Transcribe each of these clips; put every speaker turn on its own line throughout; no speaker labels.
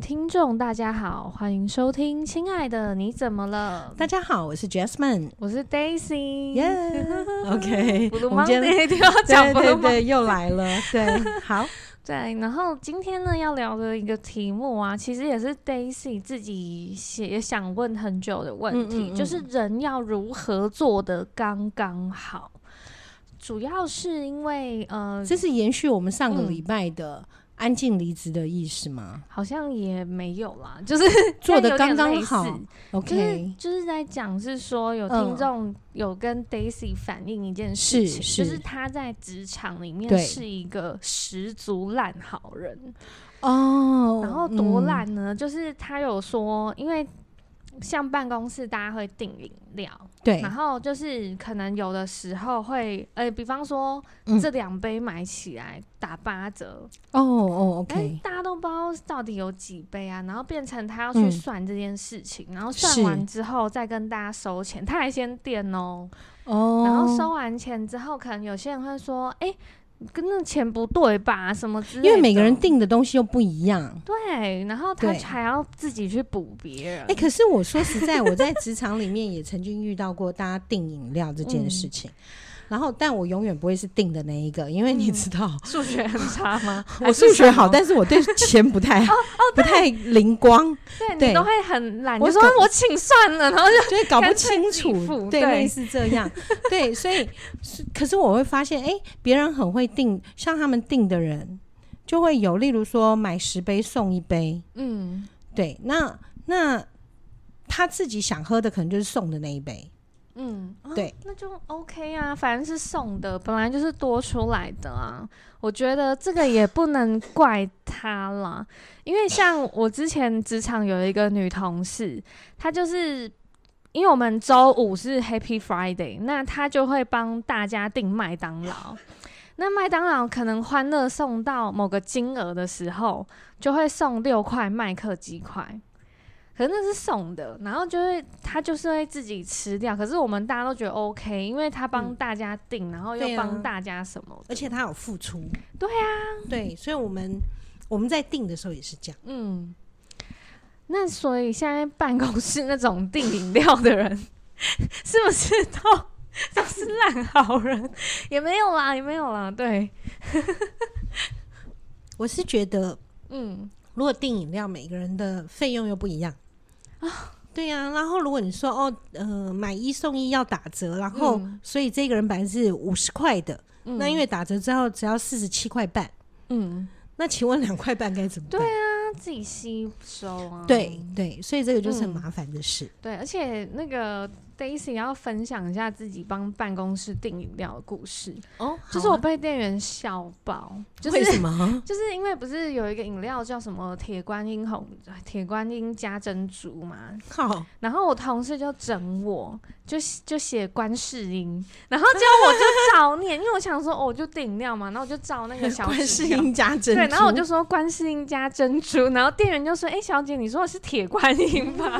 听众大家好，欢迎收听《亲爱的你怎么了》，
大家好，我是 Jasmine。
我是 Daisy。
耶 ，OK，
Blue
我们今天
Monday 一定要 讲 Blue
对对
Monday。
对，又来了，对， 好，
对，然后今天呢要聊的一个题目啊，其实也是 Daisy 自己写也想问很久的问题，
嗯嗯嗯
就是人要如何做的刚刚好。主要是因为呃，
这是延续我们上个
嗯
礼拜的安静离职的意思吗？
好像也没有啦，就是
做
有
的
点
刚刚
类似
好
就是
，OK，
就是在讲是说有
嗯
听众有跟 Daisy 反映一件事情，
是
就是
是
他在职场里面
对
是一个十足烂好人，
哦，
然后多
嗯
烂呢？就是他有说，因为像办公室大家会订饮料，
对
然，后就是可能有的时候会，呃，比方说、
嗯
这两杯买起来打八折，
哦哦
但是
，OK，
哎大家都不知道到底有几杯啊，然后变成他要去
嗯
算这件事情，然后算
是
完之后再跟大家收钱，他还先垫哦，
哦，
然后收完钱之后，可能有些人会说，哎、跟那钱不对吧，什么之类的，
因为每个人订的东西又不一
嗯
样。
对，然后他
对
还要自己去补别人，
哎、可是我说实在，我在职场里面也曾经遇到过大家订饮料这件事情，然后但我永远不会是订的那一个，因为你
嗯
知道，？
数学很差吗
我数学好，
还是什么哦
但是我对钱不太 不太灵光，
对你
对
都会很懒，
我
就说
搞
我请算了，然后就
就是搞不
干脆
清
自己付
楚，对，
对
类似这样，对，所以是可是我会发现，哎、别人很会订，像他们订的人就会有，例如说买十杯送一杯，
嗯，
对，那那他自己想喝的可能就是送的那一杯，
嗯，啊
对，
那就 OK 啊，反正是送的，本来就是多出来的啊。我觉得这个也不能怪他啦，因为像我之前职场有一个女同事，她就是。因为我们周五是 Happy Friday，那她就会帮大家订麦当劳。那麦当劳可能欢乐送到某个金额的时候，就会送六块麦克鸡块。可是那是送的，然后就会他就是会自己吃掉。可是我们大家都觉得 OK，因为他帮
嗯
大家订，然后
对
又
啊
帮大家什么的
而且他有付出，
对
啊，对，所以我们我们在订的时候也是这样，
嗯，那所以现在办公室那种订饮料的人，是不是都 都是烂好人？也没有啦，也没有啦。对，
我是觉得
嗯，
如果订饮料，每个人的费用又不一样啊。对呀、然后如果你说哦，呃，买一送一要打折，然后、
嗯
所以这个人本来是五十块的，
嗯
那因为打折之后只要四十七块半，
嗯，
那请问两块半该怎么办？
对啊他自己吸收啊，
对对，所以这个就是很
嗯
麻烦的事。
对，而且那个 Daisy 要分享一下自己帮办公室订饮料的故事，
哦，
就是我被店员笑爆，啊就
为
是
什 么？
就是因为不是有一个饮料叫什么铁观音红铁观音加珍珠嘛，
好，
然后我同事就整我，就就写观世 音，然后结果我就照念，因为我想说哦，我就订饮料嘛，然后我就照那个小
观
纸
世
条。
音加珍珠，
对，然后 我就说观世音加珍珠，然后店员就说：“哎、小姐，你说的是铁观音 吧？”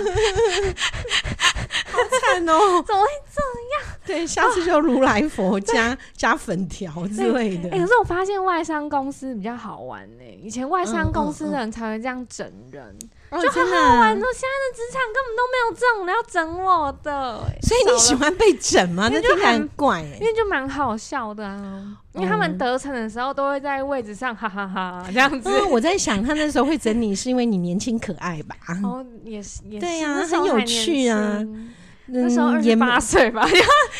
看哦，
怎么会
这样？对，下次就如来佛加加粉条之类
哎、可
的。
是我发现外商公司比较好玩呢、以前外商公司的人才会这样整人，
哦，
就
真
好
的
好玩
啊
哦。现在的职场根本都没有这种人要整我的、哎
所以你喜？
少了
欢被整 吗？
因为
那
就
听起来
很
很怪哎
因。为就蛮好笑的啊，因为他们得逞的时候都会在位置上哈哈哈这样子
因。为嗯我在想，他那时候会整你，是因为你年轻可爱吧？
哦，也是，也是
嗯对啊
那时候还
很有趣啊
年轻
那
那时候二十八岁吧，
哎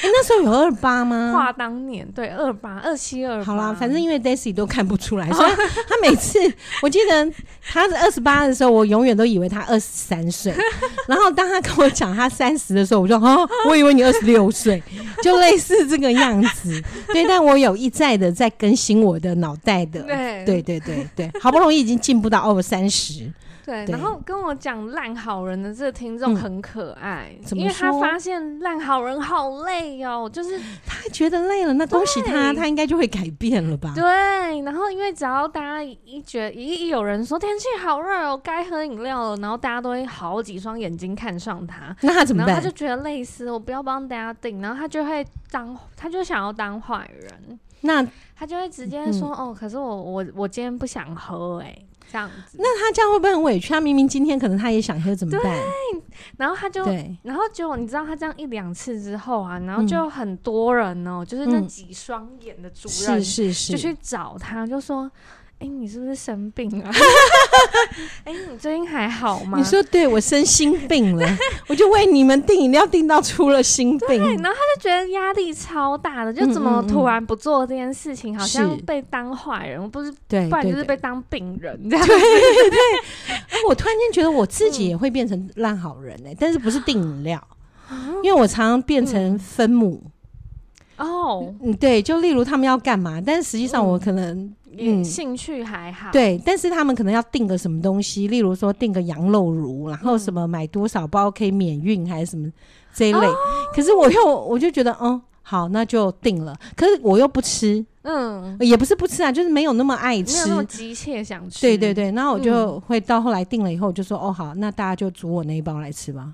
那时候有二八吗？
话当年对二八二七二。
嗯好啦，反正因为 Daisy 都看不出 来，所以他他每次，我记得他是二十八的时候，我永远都以为他二十三岁。 然后当他跟我讲他三十的时候，我就哦，我以为你二十六岁，就类似这个样 子。对，但我有一再的在更新我的脑袋的。
对
对对对对，好不容易已经进步到哦三十，
对，
对
然后跟我讲烂好人的这个听众
嗯
很可爱，
怎么
因为他
说啊
发现烂好人好累哦，就是
他觉得累了，那恭喜他，
对
他应该就会改变了吧？
对，然后因为只要大家一觉得一一有人说天气好热哦，该喝饮料了，然后大家都会好几双眼睛看上他，
那他怎么
然后
办
他？就觉得累死，我不要帮大家订，然后他就会当，他就想要当坏人，
那嗯
他就会直接说、哦，可是我我我今天不想喝哎、这样子。
那他这样会不会很委屈？他明明今天可能他也想喝，怎么办？
然后他就，
对，
然后结果你知道他这样一两次之后啊，然后就很多人哦、就是那
嗯
几双眼的主
是
任
是是，
就去找他，就说：“哎、你是不是生病 啊？哎、你最近还好吗？”
你说对我生心病 了，我就为你们订饮料订到出了心病。
然后他就觉得压力超大的，就怎么
嗯嗯嗯
突然不做这件事情，好像
是
被当坏人，不是，
对，
不然
对
就是
对
被当病人这样。
哎我突然间觉得我自己
嗯
也会变成烂好人哎、但是不是订饮料，
啊
因为我常常变
嗯
成分母。
哦，
嗯，对，就例如他们要干嘛，但实际
嗯
上我可能
也兴趣还好。，
嗯对，但是他们可能要订个什么东西，例如说订个羊肉炉，然后什么买多少包可以免运，还是什么这一类。
哦
可是我又我就觉得，嗯，好，那就订了。可是我又不吃，
嗯，
也不是不吃啊，就是没有那么爱
没
吃
有。那么急切想吃。
对对，对，然后我就会到后来订了以后，我就说哦好，那大家就煮我那一包来吃吧。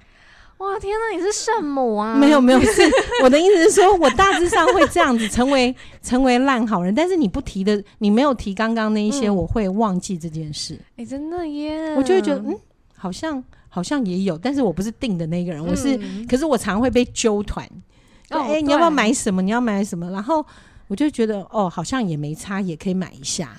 哇，天哪，你是圣母啊！
没有，没有，是我的意思是说，我大致上会这样 子成为成为烂好人，但是你不提的，你没有提刚刚那一些，
嗯
我会忘记这件事。
哎、真的耶，
我就会觉得，嗯，好像好像也有，但是我不是定的那个人，我是，
嗯
可是我常会被揪团，就
哦
哎、你要不要
对
买什么？你要买什么？然后我就觉得，哦，好像也没差，也可以买一下，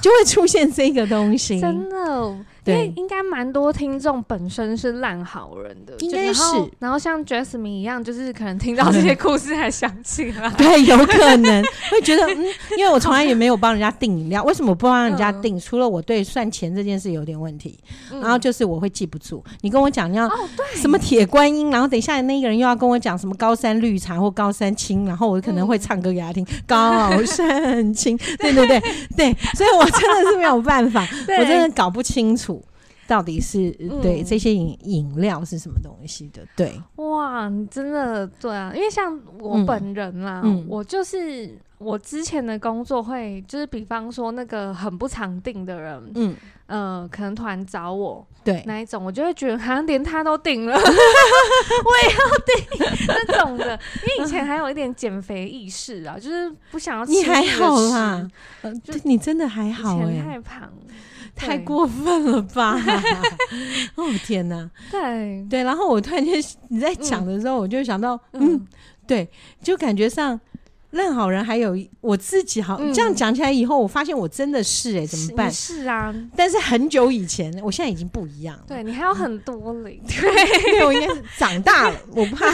就会出现这个东西。
真的，因
对
为应该蛮多听众本身是烂好人的，
应
就
该
然后
是嗯
然后像 Jasmine 一样，就是可能听到这些故事还想起来。
对，有可能会觉得，嗯，因为我从来也没有帮人家订饮料，为什么不帮人家订？除了我对算钱这件事有点问题，
嗯
然后就是我会记不住。你跟我讲你要
哦，对，
什么铁观音，然后等一下那个人又要跟我讲什么高山绿茶或高山青，然后我可能
嗯
会唱歌给他听，高山青， 对对对对，所以我真的是没有办法，
对
我真的搞不清楚。到底是呃对
嗯
这些饮饮料是什么东西的？对，
哇，你真的对啊，因为像我
嗯
本人啦，
嗯
我就是我之前的工作会，就是比方说那个很不常定的人，
嗯，
呃，可能突然找我
对，
那一种，我就会觉得好像连他都定 了，我也 要定那种的。因为以前还有一点减肥意识啊，就是不想要吃
你还
这个
好
食
啦，呃
就
对你真的还
以
好哎、
前太胖，
太
对
过分了 吧！哦天哪，
对，
对，然后我突然间你在讲的时候，我就想到，嗯，
嗯，
对，就感觉上烂好人还有一我自己好，
嗯
这样讲起来以后，我发现我真的是哎、怎
是
么办？
是啊，
但是很久以前，我现在已经不一样了。
对你还有很多零，
因为我应该是长大 了，我怕。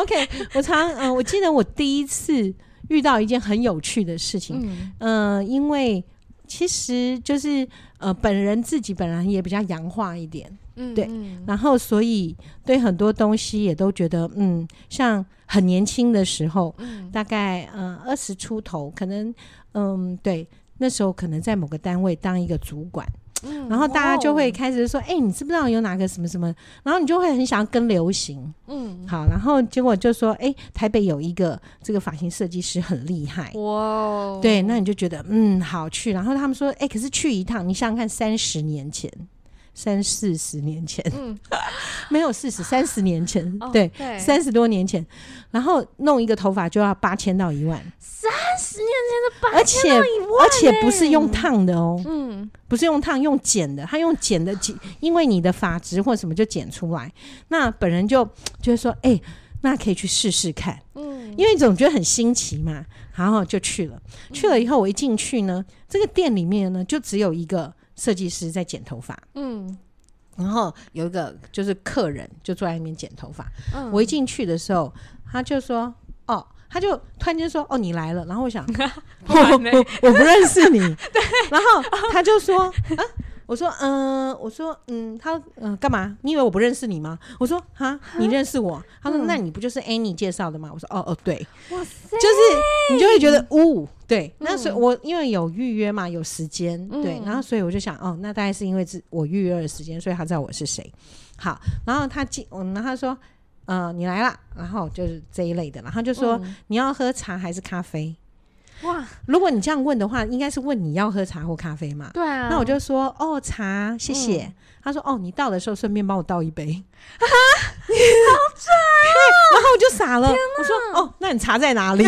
OK，我常嗯、我记得我第一次遇到一件很有趣的事情，
嗯
嗯、因为其实就是呃，本人自己本来也比较洋化一点，
嗯，
对
嗯
然后所以对很多东西也都觉得，嗯，像很年轻的时候，
嗯
大概嗯二十出头，可能嗯对。那时候可能在某个单位当一个主管，
嗯
然后大家就会
哇
开始说：“哎、你知不知道有哪个什么什么？”然后你就会很想要跟流行。
哦嗯，
好，然后结果就说，哎、台北有一个这个发型设计师很厉害。
哇哦，
嗯对，那你就觉得嗯好去，然后他们说，哎、可是去一趟，你想想看，三十年前，三四十年前，
嗯，
没有四十，三十年前，
哦
对，
对，
三十多年前，然后弄一个头发就要八千到一万，
十年前的八
而且而且不是用烫的哦，
哎嗯
不是用烫，用剪的，他用剪的剪，因为你的发质或什么就剪出来。那本人就就会说，哎、那可以去试试看。
嗯，
因为总觉得很新奇嘛，然后就去了。去了以后，我一进去呢，这个店里面呢，就只有一个设计师在剪头发，
嗯
然后有一个就是客人就坐在那边剪头发。
嗯，
我一进去的时候，他就说：“哦。”他就突然间说：“哦，你来了。”然后 我想，我
然呢
我我不认识 你。然后他就说：“啊，我说，嗯、我说，嗯，他嗯、呃干嘛？你以为我不认识你吗？”我说：“啊，你认识我？”他说：“
嗯
那你不就是 Annie 介绍的吗？”我说：“哦哦，对。”
哇塞，
就是你就会觉得呜、对。那
哎嗯
所以我因为有预约嘛，有时间，对，
嗯
然后所以我就想，哦，那大概是因为是我预约的时间，所以他知道我是谁。好，然后他进，嗯，然后他说，呃，你来啦，然后就是这一类的，然后就说、
嗯
你要喝茶还是咖啡？
哇，
如果你这样问的话，应该是问你要喝茶或咖啡嘛。
对啊，
那我就说哦茶，谢谢。
嗯
他说哦，你到的时候顺便帮我倒一杯。
啊
啊，哦好准、然后我就傻了，我说哦，那你茶在哪里？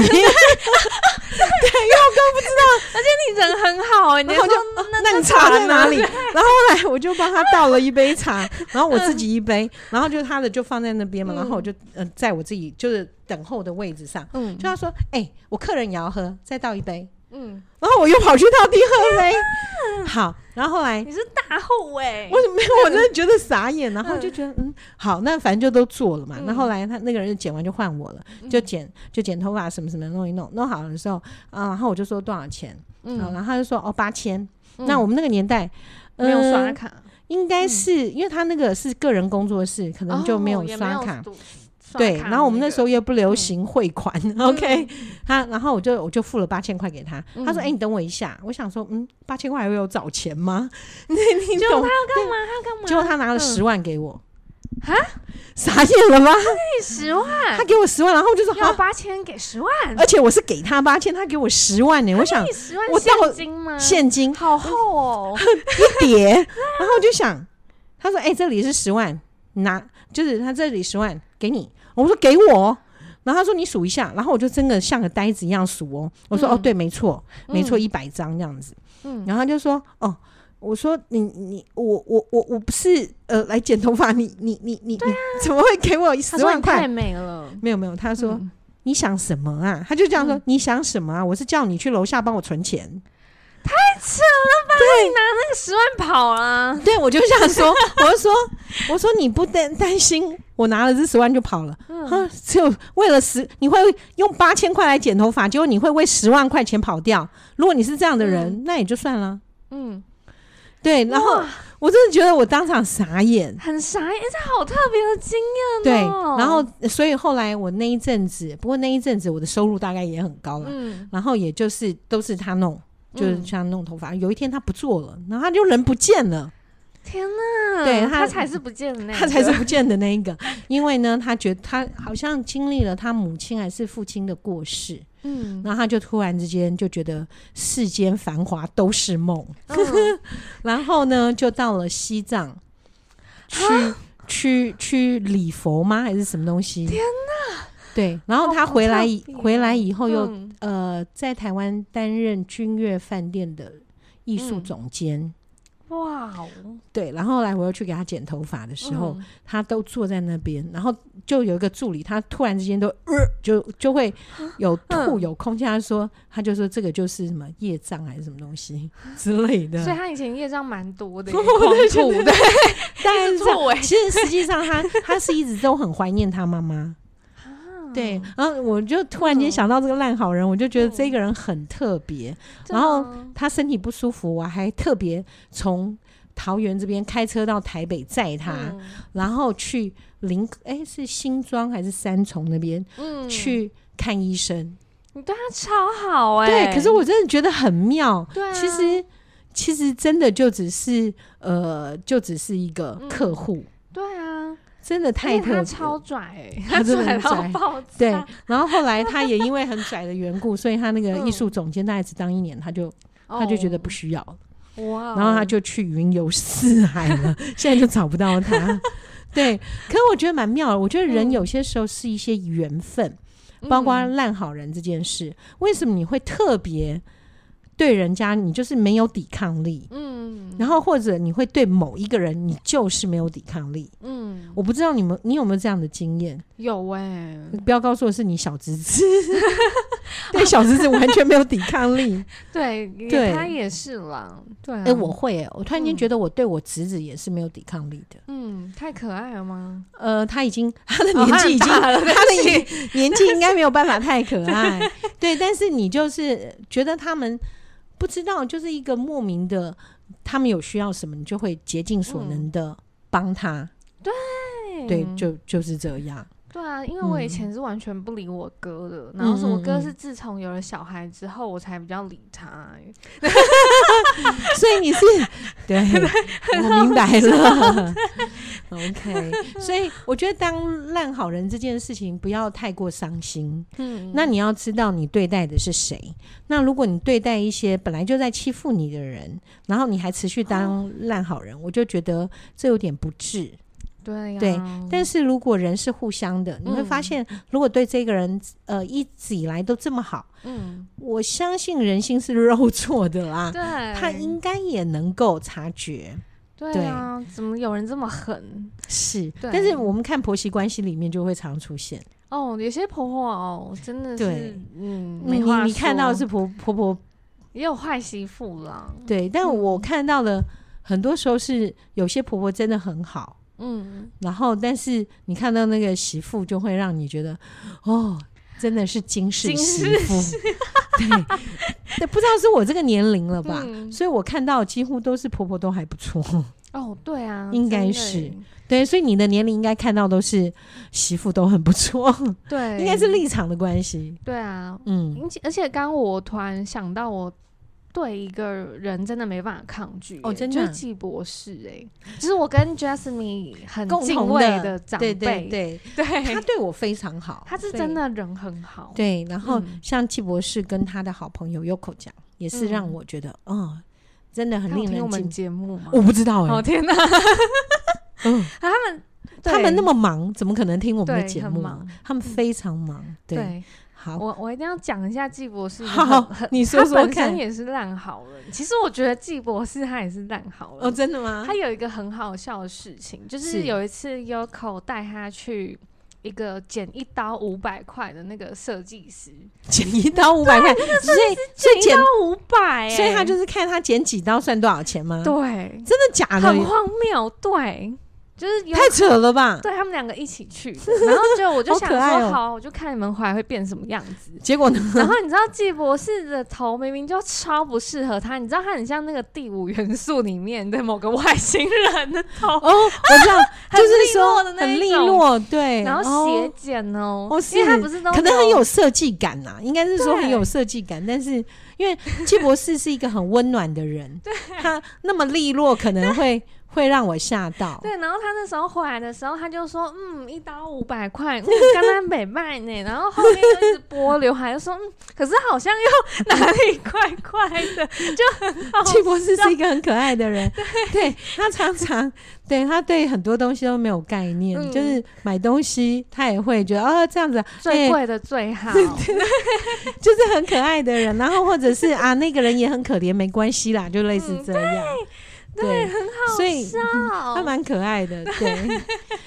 你人很好哎、你
然后我就
说那
那你
茶
茶在
呢
哪 里？然后后来我就帮他倒了一杯茶，然后我自己一杯，然后就他的就放在那边嘛，
嗯
然后我就呃在我自己就是等候的位置上，
嗯
就他说，哎、我客人也要喝，再倒一杯，
嗯，
然后我又跑去倒第二杯，好，然后后来
你是大后哎、
我怎么没有？我真的觉得傻眼，然后就觉得嗯，好，那反正就都做了嘛。
嗯
那后来他那个人就剪完就换我了，就剪就剪头发什么什么弄一弄，弄好了之后啊，然后我就说多少钱，
嗯
啊然后他就说哦八千。
嗯哦
那我们那个年代
没有
呃
刷卡，嗯
应该是因为他那个是个人工作室，可能就没
哦
有
也
刷卡。
赌刷
对，
卡
然后我们
那
那
个嗯
时候也不流行汇款、o k 他然后我就我就付了八千块给他，他说：“
嗯
哎、你等我一下。”我想说：“嗯，八千块还会有找钱吗？” 你你懂？
干嘛？他干嘛？
结果他拿了
嗯
十万给我，
哈，
傻眼了吧？
给十万
他，给我十万，然后我就说：“
要
好。
八千给十万，
而且我是给他八千，他给我十万哎呢、我想
给十万
我到
现金吗？
现金
好厚哦，
叠，然后我就想，他说：“哎、这里是十万，拿就是他这里十万给你。”我说：“给我。”然后他说：“你数一下。”然后我就真的像个呆子一样数哦。我说：“哦，
嗯
对，没错，没错，
嗯
一百张这样子。”
嗯，
然后他就说：“哦。”我说你你我我我我不是呃来剪头发，你你你你、你怎么会给我
啊他
十
说
万
你太
块？
美了，
没有没有，他说、
嗯
你想什么啊？他就这样说：“
嗯
你想什么啊？我是叫你去楼下帮我存钱。”
那个十万跑啦，
对，我就想说，我就说，我说你不担担心我拿了这十万就跑了，
嗯，
哼，只有为了十，你会用八千块来剪头发，结果你会为十万块钱跑掉。如果你是这样的人，
嗯
那也就算了。
嗯，
对，然后
哇
我真的觉得我当场傻哎眼。
很傻眼，这好特别的经
对，
验哦。
然后所以后来我那一阵子，不过那一阵子我的收入大概也很高了，
嗯，
然后也就是都是他弄，就是
嗯
像弄头发。有一天他不做了，然后他就人不见了。
天哪，
对他
他才是不见的那一个，
他才是不见的那一个，因为呢，他觉得他好像经历了他母亲还是父亲的过世，
嗯，
然后他就突然之间就觉得世间繁华都是梦，
嗯
然后呢，就到了西藏去
啊
去去礼佛吗？还是什么东西？天哪！对，然后
好
他
好
回来
特
以
别
回来以后又、
嗯
呃，在台湾担任君悦饭店的艺术
嗯
总监。
哇哦，
对，然后后来我又去给他剪头发的时候，
嗯
他都坐在那边，然后就有一个助理，他突然之间都、呃、就就会有吐
嗯
有空气，他说他就说这个就是什么业障还是什么 东西之类的，
所以他以前业障蛮多 的耶，
我
狂
就觉
吐
得
的，
当然是这样。
吐哎，
其实实际上他他是一直都很怀念他妈妈，对，然后我就突然间
嗯
想到这个烂好人，我就觉得
嗯
这个人很特别，
真的
然后
吗
他身体不舒服，我还特别从桃园这边开车到台北载他。
嗯
然后去林哎是新庄还是三重那边、
嗯，
去看医生。
你对他超好哎，
对，可是我真的觉得很妙。
对啊，
其实其实真的就只是呃，就只是一个
嗯
客户，
对啊，
真的太
而且
特别
他
了。
超拽哎，
他真的
拽
很
到
拽
爆炸，
对，然后后来他也因为很拽的缘故， 所以他那个
嗯
艺术总监大概只当一年，他就他就觉得不需要了，
哦哇哦，
然后他就去云游四海了， 现在就找不到他。对，可我觉得蛮妙的。我觉得人
嗯
有些时候是一些缘分，包括
嗯
烂好人这件事，为什么你会特别对人家，你就是没有抵抗力？
嗯，
然后或者你会对某一个人，你就是没有抵抗力。
嗯
我不知道你们你有没有这样的经验？
有哎，
不要告诉我是你小侄 子，对小侄子完全没有抵抗力。
对，也
对
他也是啦，对啊，
哎、我会、哎，我突然间觉得我对我侄子也是没有抵抗力的。
嗯，太可爱了吗？
呃，他 已经他的
哦
年
他
纪
很
已经、
大了对
他的
不起
年年纪应该没有办法太可 爱，对，但是你就是觉得他们不知道，就是一个莫名的，他们有需要什么，你就会竭尽所能
嗯
的帮他，对，就就是这样，
对啊，因为我以
嗯
前是完全不理我哥的，然后是我
嗯嗯
哥
嗯
是自从有了小孩之后，我才比较理他、欸。
所以你是 对，我明白了 ，OK，所以我觉得当烂好人这件事情不要太过伤心，
嗯
那你要知道你对待的是谁。那如果你对待一些本来就在欺负你的人，然后你还持续
哦
当烂好人，我就觉得这有点不智。
对呀、
对但是如果人
嗯
是互相的，你会发现，如果对这个人呃一直以来都这么好，
嗯
我相信人心是肉做的啦，
对，
他应该也能够察觉。
对啊，怎么有人这么狠？
是，
对
但是我们看婆媳关系里面就会常出现，
哦，有些婆婆哦，真的是
对，
嗯，
你
没话
你看到
说
是婆婆婆
也有坏媳妇啦，
对，但
嗯
我看到了很多时候是有些婆婆真的很好，
嗯，
然后但是你看到那个媳妇就会让你觉得哦，真的是金氏
金
媳
氏
妇，对，对，不知道是我这个年龄了吧？
嗯
所以我看到几乎都是婆婆都还不错，
哦，对啊，
应该
真的
是
耶
对，所以你的年龄应该看到都是媳妇都很不错，
对，
应该是立场的关系。
对啊，
嗯，
而且而且刚刚我突然想到，我对一个人真的没办法抗拒耶、欸
哦真的
就是季博士哎、就是我跟 Jasmine 很
共
敬
同
畏
的
长辈，
对对对，
对
她对我非常好，
他是
所以
真的人很好，
对，然后
嗯
像季博士跟他的好朋友 Yoko 讲，也是让
嗯
我觉得，哦，真的很
他有
令
听我
人
们
敬佩。
节目吗？
我不知道哎、
哦天 哪，
嗯，
他们
他们那
么
么忙，怎么可能听我们的
对
节
很
目
忙
啊？他们非常忙。
对
对，好，
我我一定要讲一下季博士，
好
很
你说说
他本身
看。
也是烂好人。其实我觉得季博士他也是烂好人，
哦，真的吗
他？有一个很好笑的事情，就是
是
有一次 Yoko 带他去一个剪一刀五百块的那个设计师，
剪一刀五百块，所以所以
剪一
剪
刀，五百、欸，
所以他就是看他剪几刀算多少钱吗？
对，
真的假的
很？荒谬，对，就是有
啊太扯了吧！
对他们两个一起去的，然后就我就
好
想
可爱
说，
哦
好，我就看你们回来会变什么样子。
结果呢？
然后你知道季博士的头明明就超不适合他，你知道他很像那个第五元素里面的某个外星人的头，
哦，我知道，
很
就是
利落
说
的那
很
一
利
种
落，对，
然后
哦
斜剪哦，
哦
因为他
是
不是都
可能很有设计感呐、应该是说很
对
有设计感，但是因为季博士是一个很温暖的人，他那么利落，可能会会让我吓到。
对，然后他那时候回来的时候，他就说，嗯，一刀五百块，嗯，刚刚美卖呢。然后后面就一直拨刘海，就说，嗯，可是好像又哪里怪怪的，就很好
季博士是一个很可爱的人，对他常常对他对很多东西都没有概念，
嗯
就是买东西他也会觉得哦这样子
最
哎
贵的最好，
就是很可爱的人，然后或者是啊那个人也很可怜，没关系啦，就类似这样，对，很好所以他
笑。
蛮可爱的，对。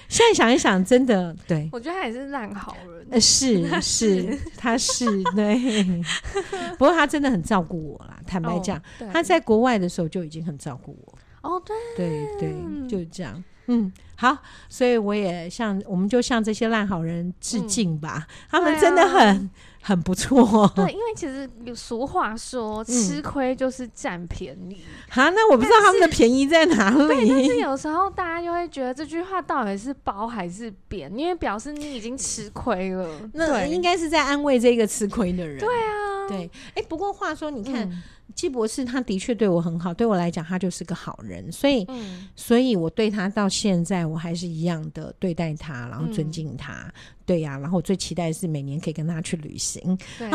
现在想一想，真的对，
我觉得他也是烂好人，
呃， 是是，他是对。不过他真的很照顾我啦，坦白
哦
讲，，
对
他在国外的时候就已经很照顾我，
哦对，
对对，就这样。嗯，好，所以我也向我们就向这些烂好人致
嗯
敬吧，他们
对
真的
啊
很、很不错。
对，因为其实有俗话说，吃亏就是占便宜。
哈，那我不知道他们的便宜在哪
但
里。
是有时候大家就会觉得这句话到底是褒还是贬，因为表示你已经吃亏了。
那
对
应该是在安慰这个吃亏的人。对
对啊，
对，哎、不过话说，你
嗯，
看、季博士，他的确对我很好，对我来讲，他就是个好人，所以
嗯，
所以我对他到现在，我还是一样的对待他，然后尊
嗯
敬他。对呀、然后我最期待的是每年可以跟他去旅行。
对，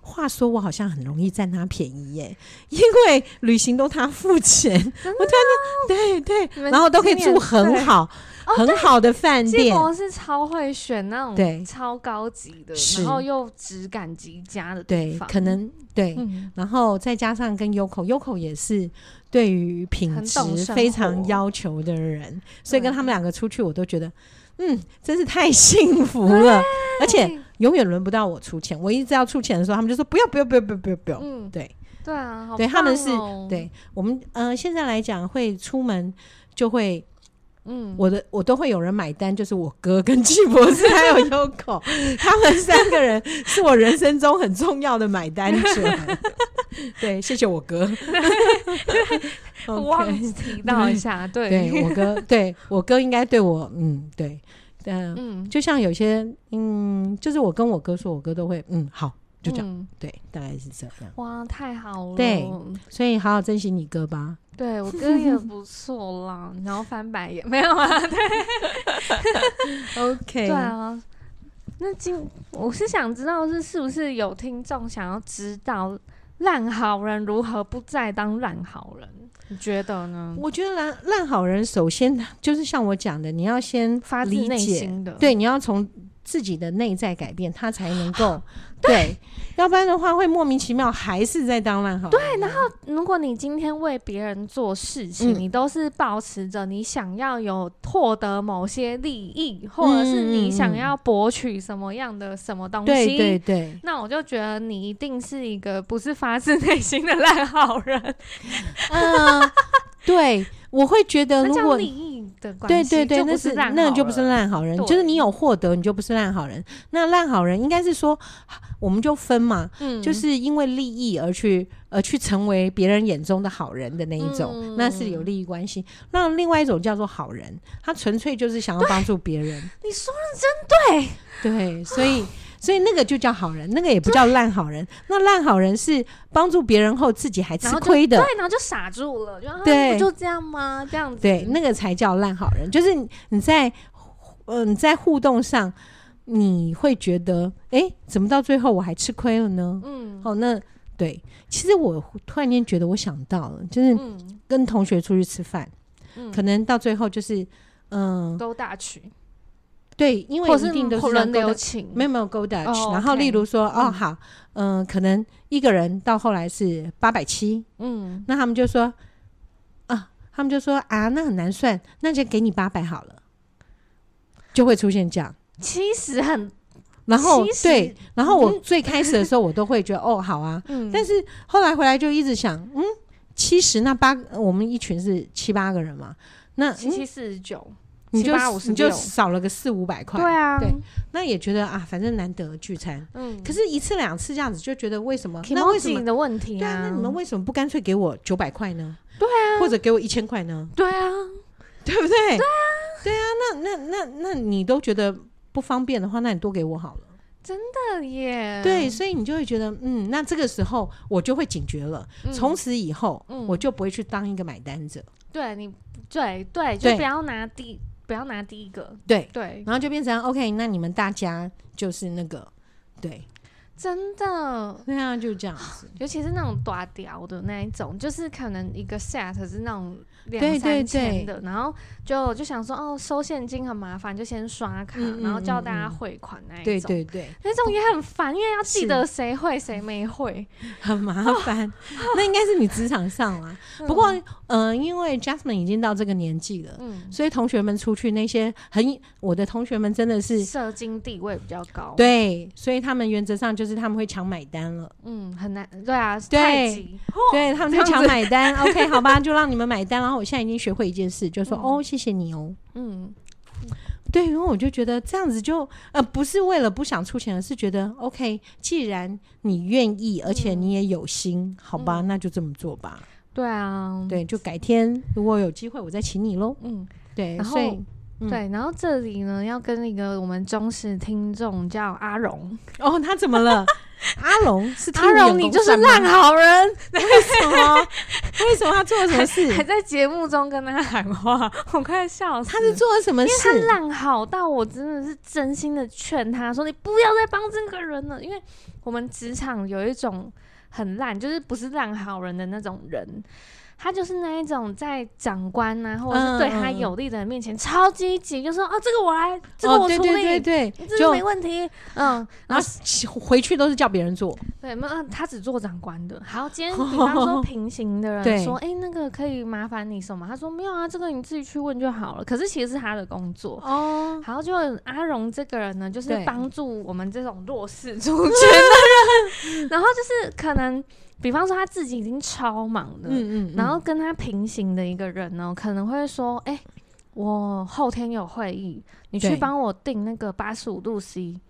话说，我好像很容易占他便宜耶， 因为旅行都他付钱，
真的
我突然间对
你
对，
们
然后都可以
今年
住很好、
哦
很好的饭
季
店，
博是超会选那种
对
超高级的，
是
然后又质感极佳的地
对，
方，
可能对。
嗯，
然后再加上跟 Yoko，Yoko 也是对于品
很
质
懂生
非常
活
要求的人，所以跟
对
他们两个出去，我都觉得，嗯，真是太幸福了。而且永远轮不到我出钱，我一直要出钱的时候，他们就说不要不要不要不要不要不要。
嗯，
对
对啊，好
对他们是
棒哦，
对我们呃，现在来讲会出门就会
嗯，
我的我都会有人买单，就是我哥跟季博士还有 Yoko，他们三个人是我人生中很重要的买单者。 对，谢谢我哥。
忘
OK
记提 到一下，对，
对我哥，对我哥应该对我，嗯，对，嗯、
嗯，
就像有些，嗯，就是我跟我哥说，我哥都会，嗯，好，就这样，
样，
对，大概是这样。
哇，太好了，
对所以好好珍惜你哥吧。
对我哥也不错啦，然后翻白眼没有啊？
OK，
对啊，那今我是想知道是是不是有听众想要知道烂好人如何不再当烂好人？你觉得呢？
我觉得烂烂好人，首先就是像我讲的，你要先
发自
理
内
解
心的，
对，你要从自己的内在改变，他才能够 对，要不然的话会莫名其妙还是在当烂好人。对，然后
如果你今天为别人做事情，
嗯
你都是保持着你想要有获得某些利益，或者是你
嗯
想要博取什么样的什么东西，
对对对，
那我就觉得你一定是一个不是发自内心的烂好人，
嗯， 对，我会觉
那
得呃如
叫
果
利益的关
对
系，
对对，
就
那
不是烂好人
那就不是烂好人，
对
就是你有获得，你就不是烂好人。那烂好人应该是说，啊我们就分嘛，
嗯
就是因为利益而去而去成为别人眼中的好人的那一种，
嗯
那是有利益关系。那另外一种叫做好人，他纯粹就是想要帮助别人，
你说的真对，
对，所以。所以那个就叫好人，那个也不叫烂好人。那烂好人是帮助别人后自己还吃
然后就
亏的，
对，然后就傻住了，然后
对
不就这样吗？这样子，
对，那个才叫烂好人。就是你你在，呃，你在互动上，你会觉得，哎、怎么到最后我还吃亏了呢？
嗯
哦，那对，其实我突然间觉得我想到了，就是
嗯
跟同学出去吃饭，
嗯，
可能到最后就是，嗯、
勾大曲，
对，因为
或是
一定都是
轮流
go Dutch，
请，
没有没有 go Dutch，、
哦
然后
OK
例如说，哦
嗯
好，嗯、可能一个人到后来是八百七，
嗯，
那他们就说，啊，他们就说啊，那很难算，那就给你八百好了，就会出现这样。
其实很，
然后
其实
对，然后我
嗯
最开始的时候，我都会觉得哦，好啊，
嗯，
但是后来回来就一直想，嗯，七十那八，我们一群是七八个人嘛，那
七
嗯
七四十九，
你就
七八五十
你就
六
少了个四五百块，
对啊，
对那也觉得啊，反正难得聚餐，
嗯，
可是，一次两次这样子就觉得为什么？
提
那
莫
为什
吉
么？
的问题
对啊，那你们为什么不干脆给我九百块呢？
对
啊，或者给我一千 块呢？
对啊，
对不对？对啊，对啊，那那那那你都觉得不方便的话，那你多给我好了。
真的耶，
对，，所以你就会觉得，嗯，那这个时候我就会警觉了，从此以后、
嗯
我就不会去当一个买单者。
对你，对对，
对
就不要拿第，不要拿第一个，
对，
对，
然后就变成 OK，那你们大家就是那个，对，
真的，
对啊，就这样子。
尤其是那种短屌的那一种，就是可能一个 set 是那种
对
两三
对
千的，然后就就想说哦，收现金很麻烦，就先刷卡，
嗯嗯
然后叫大
嗯
家
嗯
汇款那一种。
对对对，
那种也很烦，因为要记得谁会谁没会。
很麻烦。 那应该是你职场上啦。不过，嗯、呃，因为 Jasmine 已经到这个年纪了，
嗯，
所以同学们出去那些很，我的同学们真的是
社经地位比较高，，
对，所以他们原则上就是他们会抢买单了，
嗯，很难，对啊，
对
太极，
对他们
这样
就抢
子
买 单。OK，好吧，就让你们买单。然后我现在已经学会一件事，就说、
嗯
哦，谢谢你哦。
嗯，
对，因为我就觉得这样子就呃不是为了不想出钱，而是觉得 OK，既然你愿意，而且你也有心，好吧，
嗯
那就这么做吧。
对啊，，
对，就改天如果有机会，我再请你喽。
嗯，
对，
然后
所以嗯
对，然后这里呢，要跟一个我们忠实听众叫阿荣，
哦，他怎么了？阿龙是替
阿
我
荣
眼
你
光
就是
闪吗
烂好人，
为 什么？为什么他做了什么事？
还在节目中跟他喊话，我快笑死了。
他是做了什么
因为他
事？
烂好到我真的是真心的劝他说：“你不要再帮这个人了。”因为我们职场有一种很烂，就是不是烂好人的那种人，他就是那一种在长官呐、或者是对
嗯
他有利的人面前超积极，就说：“啊，这个我来，这个
哦
我
对
处
对对
理，
对，
这
就
个没问题。”嗯，然
然
后
后回去都是叫别人做，
对，没有啊他只做长官的。好，今天比方 说平行的
对
人说：“哎、那个可以麻烦你什么？”他说：“没有啊，这个你自己去问就好了。”可是其实是他的工作。
哦，
好，就阿荣这个人呢，就是
对
帮助我们这种弱势族群的人， 然后就是可能，比方说他自己已经超忙了，
嗯嗯，
然后跟他平行的一个人呢，可能会说，哎、我后天有会议，你去
对
帮我订那个八十五度 C，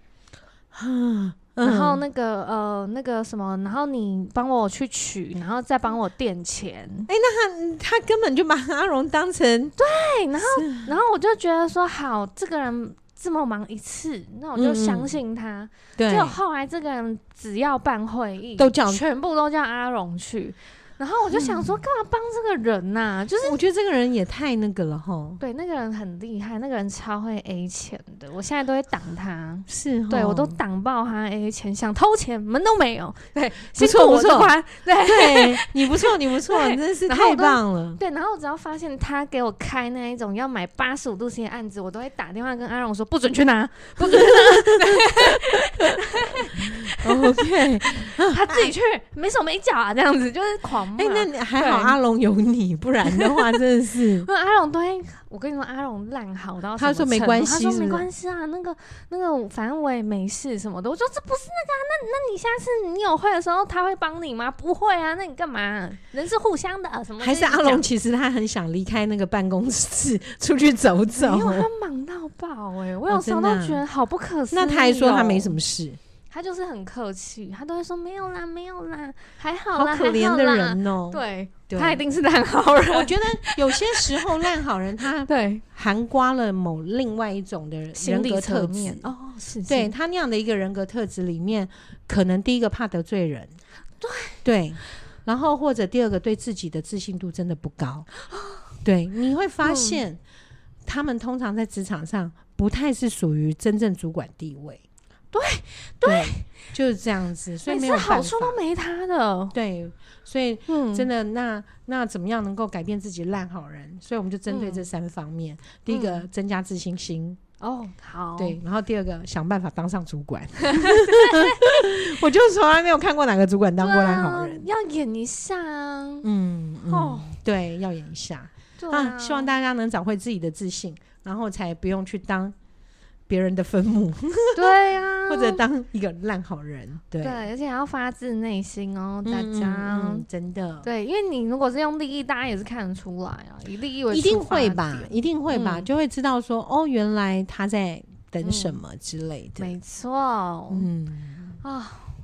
嗯，
然后
呢？
那个呃那个什么，然后你帮我去取，然后再帮我垫钱，
哎他他根本就把阿荣当成
对，然后
啊
然后我就觉得说，好，这个人这么忙一次，那我就
嗯嗯
相信他。
对
就后来这个人只要办会议，
都叫嗯
全部都叫阿荣去，然后我就想说，干嘛帮这个人呐、就是
我觉得这个人也太那个了哈。
对那个人很厉害，那个人超会 A 钱的，我现在都会挡他。
是齁，
对我都挡爆他 A 钱，想偷钱门都没有。对，
不
辛
错
苦
不
我这
错，
关。对
对你不错，你不错，
对
你真是
然后
太
我都
棒 了。
对，然后我只要发现他给我开那一种要买八十五度 C 的案子，我都会打电话跟阿荣说不准去 拿，不准去
OK，
拿，他自己去，没手没脚啊，这样子就是狂骂。
哎、那你还好
嗯对
阿龙有你，不然的话真的是
因为阿荣都会，我跟你说，阿荣烂好到什
他
么
说没
程度
关
他
系
说
是不
没
是
关系啊，那个那个，反正我也没事什么的。我说这不是那个、啊，那那你下次你有会的时候他会帮你吗？不会啊，那你干嘛？人是互相的，啊什么
还是
就是
阿
讲
龙，其实他很想离开那个办公室 出去走走
没。有，哎他忙到爆哎、我
哦
有时候
真的
都
啊
觉得好不可思议、
那他还说他没什
么，
么事，
他就是很客气，他都会说没有啦，没有啦，还
好
好啦，
可
还
怜
好
的
啦。
人哦、
对，
对
他一 定是烂好
我
人。
觉得有些时候烂好人他
对，
含刮了某另外一种的人
心
格
理
特
层
质
面。哦，是
对
是
他那样的一个人格特质里面，可能第一个怕得罪人，对对，然后或者第二个对自己的自信度真的不高，对，你会发
嗯
现、他们通常在职场上不太是属于真正主管地位，对对，就是这样子，所以
每
没
次
有
好
办
处
法，
都没他的，
对，所以
嗯
真的，那那怎么样能够改变自己烂好人？所以我们就针对这
嗯
三方面：第一个，增加自信心；
哦，好，
对，，然后第二个，想办法当上主管。 我就从来没有看过哪个主管当过烂好人。
要演一下啊。
嗯，嗯
哦，
对，要演一下
对
啊！希望
大
大家能找回自己的自信，然后才不用去当别人的分母，
对啊，
或者当一个烂好人。对，
对，而且还要发自内心哦，大
嗯
家。
嗯嗯真的，
对，因为你如果是用利益，大家也是看得出来啊，以利益为
一定
出发
会吧，
点
一定会吧，
嗯
就会知道说哦，原来他在等什么之类的。
没错。
嗯，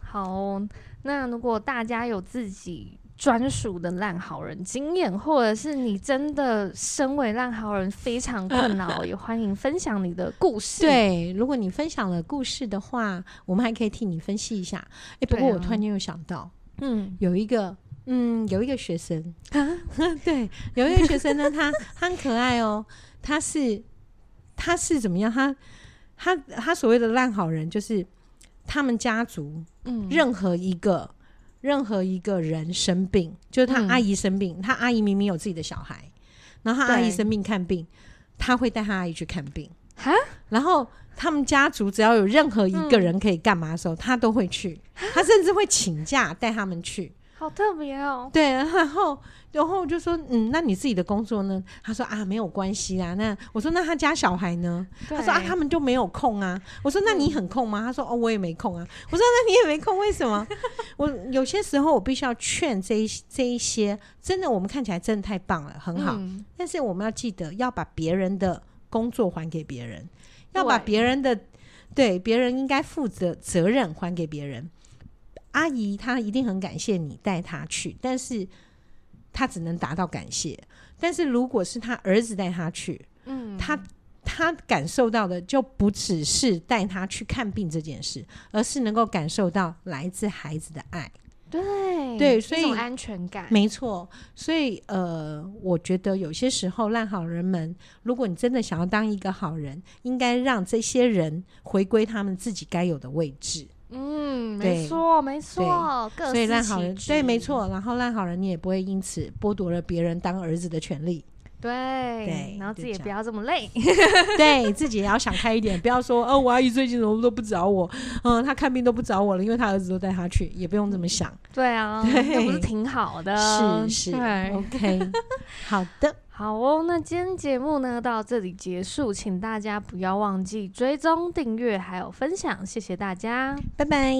好哦，那如果大家有自己专属的烂好人经验，或者是你真的身为烂好人非常困 扰，也欢迎分享你的故事。，
对，如果你分享了故事的话，我们还可以替你分析一下。哎，不
对啊
过我突然间又想到，
嗯，
有一个。嗯，有一个学生，
啊
对，有一个学生呢，他他很可爱哦，他是他是怎么样？他他他所谓的烂好人，就是他们家族
嗯
任何一个任何一个人生病，就是他
嗯
阿姨生病，他阿姨明明有自己的小孩，然后他阿
对
姨生病看病，他会带他阿姨去看病，
哈，
然后他们家族只要有任何一个人可以干嘛的时候，他都会去，他甚至会请假带他们去。
好特别哦。
对，然后然后我就说，嗯，那你自己的工作呢？他说啊，没有关系啊。那我说，那他家小孩呢？他
对嗯
说啊，他们就没有空啊。我说那你很空吗？他说哦，我也没空啊。我说那你也没空，为 什么？我有些时候我必须要劝这一这一些，真的我们看起来真的太棒了，很好。
嗯
但是我们要记得要把别人的工作还给别人，要把
对
别人的对别人应该负责责任还给别人。阿姨她一定很感谢你带她去，但是她只能达到感谢。但是如果是她儿子带她去，
嗯，
他他感受到的就不只是带他去看病这件事，而是能够感受到来自孩子的爱。
对
对
一
所
种
以
安全感，
没错，所以呃，我觉得有些时候烂好人们，如果你真的想要当一个好人，应该让这些人回归他们自己该有的位置。
嗯，
对
没错没错，各
所以
司
烂好
其
人
职
对，没，错。然后烂好人你也不会因此剥夺了别人当儿子的权利，
对，
对
然后
就
自己也
这
不要这么 累，
对自己也要想开一点，不要说哦，我阿姨最近怎么都不找我，嗯，她看病都不找我了，因为她儿子都带她去，也不用这么想。
对啊，
对
那不是挺好的，
是是
对，
，OK，好的，
好哦，那今天节目呢到这里结束，请大家不要忘记追踪、订阅还有分享，谢谢大家。
拜拜。